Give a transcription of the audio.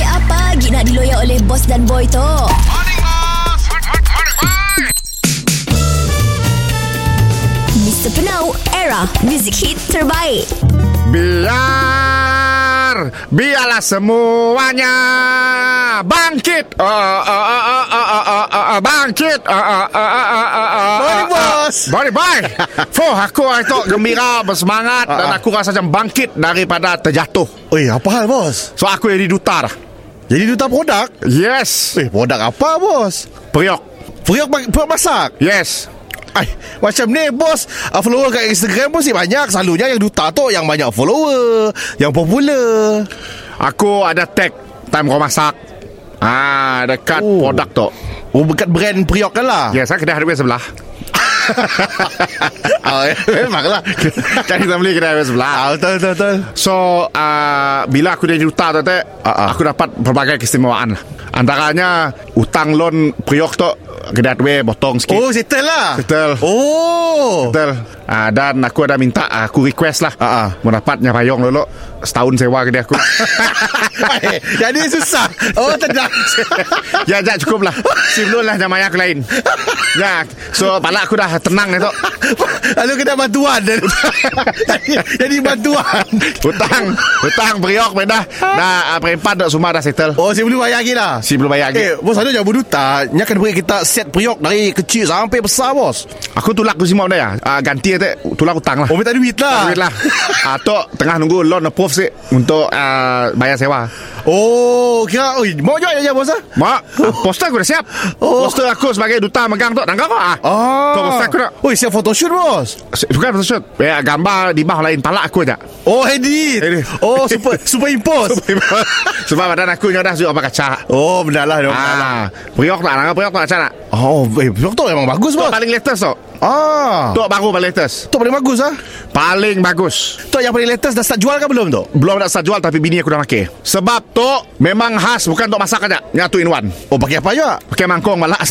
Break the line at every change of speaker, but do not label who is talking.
lagi nak diloyak oleh bos dan boy tu? Mr. Penau, era music hit terbaik.
Biar Biarlah semuanya Bangkit Ah, ah, ah, ah, ah, ah, ah, ah, ah, Bangkit Ah, ah, ah, ah, ah, ah, ah, ah,
Morning,
ah.
bos.
Morning boy Fuh aku hari tu gembira Bersemangat Dan aku rasa macam bangkit Daripada terjatuh
Oi, Eh, apa hal bos?
So aku jadi duta dah
Jadi duta produk?
Yes
Eh, produk apa bos?
Periok
Periuk, ma- periuk masak?
Yes
Ay, macam ni bos uh, Follower kat Instagram pun si banyak Selalunya yang duta tu Yang banyak follower Yang popular
Aku ada tag Time kau masak Ah, dekat
Oh.
produk tu
Oh dekat brand Priok kan lah
Yes, kedai hardware sebelah
oh, ya, Memanglah
Cari Kan, kita beli kedai hardware sebelah
Ah, betul, betul, betul.
So uh, Bila aku jadi duta tu uh, uh. Aku dapat pelbagai keistimewaan lah. Antaranya Utang lon Priok tu Kedai hardware Botong sikit
Oh, settle lah.
Settle.
Oh.
Betul uh, Dan aku ada minta uh, Aku request lah
Ah, ah.
Mau dapatnya payung dulu Setahun sewa kedai aku
Eh, Jadi susah. Oh, tenang.
Ya ya cukup lah Sebelum lah Jamaya aku lain Ya So pala aku dah tenang itu
Lalu kena bantuan. jadi, jadi bantuan.
Hutang Hutang Priok Dah Dah uh, perempat Dah semua dah settle
Oh, saya belum bayar lagi lah.
Si belum bayar lagi
Eh, bos ada jangan berduta. Nya kena beri kita set priok dari kecil sampai besar, bos.
Aku tulak aku semua benda ya uh, Ganti tu Tulak hutang lah
Oh, minta duit lah.
Duit lah Atok tengah nunggu loan approve sih Untuk uh, bayar sewa
Oh, kira. Oi, mau juga ya, bos ah.
Mak ah, Poster aku dah siap
Oh.
Poster aku sebagai duta megang tu Tangkap ah.
Ah.
Tu poster aku nak
Oi, siap photoshoot, bos.
Se- Bukan poster shoot ya, Gambar di bawah lain Palak aku je
Oh, edit.
Edit.
Oh, super super impose.
Sebab badan aku nyodah Sudah pakai kacak
Oh, benar lah. benar lah.
Ah, Priok tak Tangkap priok tak kacak nak
Oh, eh, priok tu memang bagus,
Tu
bos.
paling latest tu
Ah.
Tu baru paling latest
Tu paling bagus ah.
Paling bagus
Tu yang paling latest dah start jual ke belum tu?
belum nak start jual tapi bini aku dah pakai. Sebab tu memang khas bukan tok masak aja. Nyatu in one.
Oh pakai apa juga?
Pakai mangkung malas.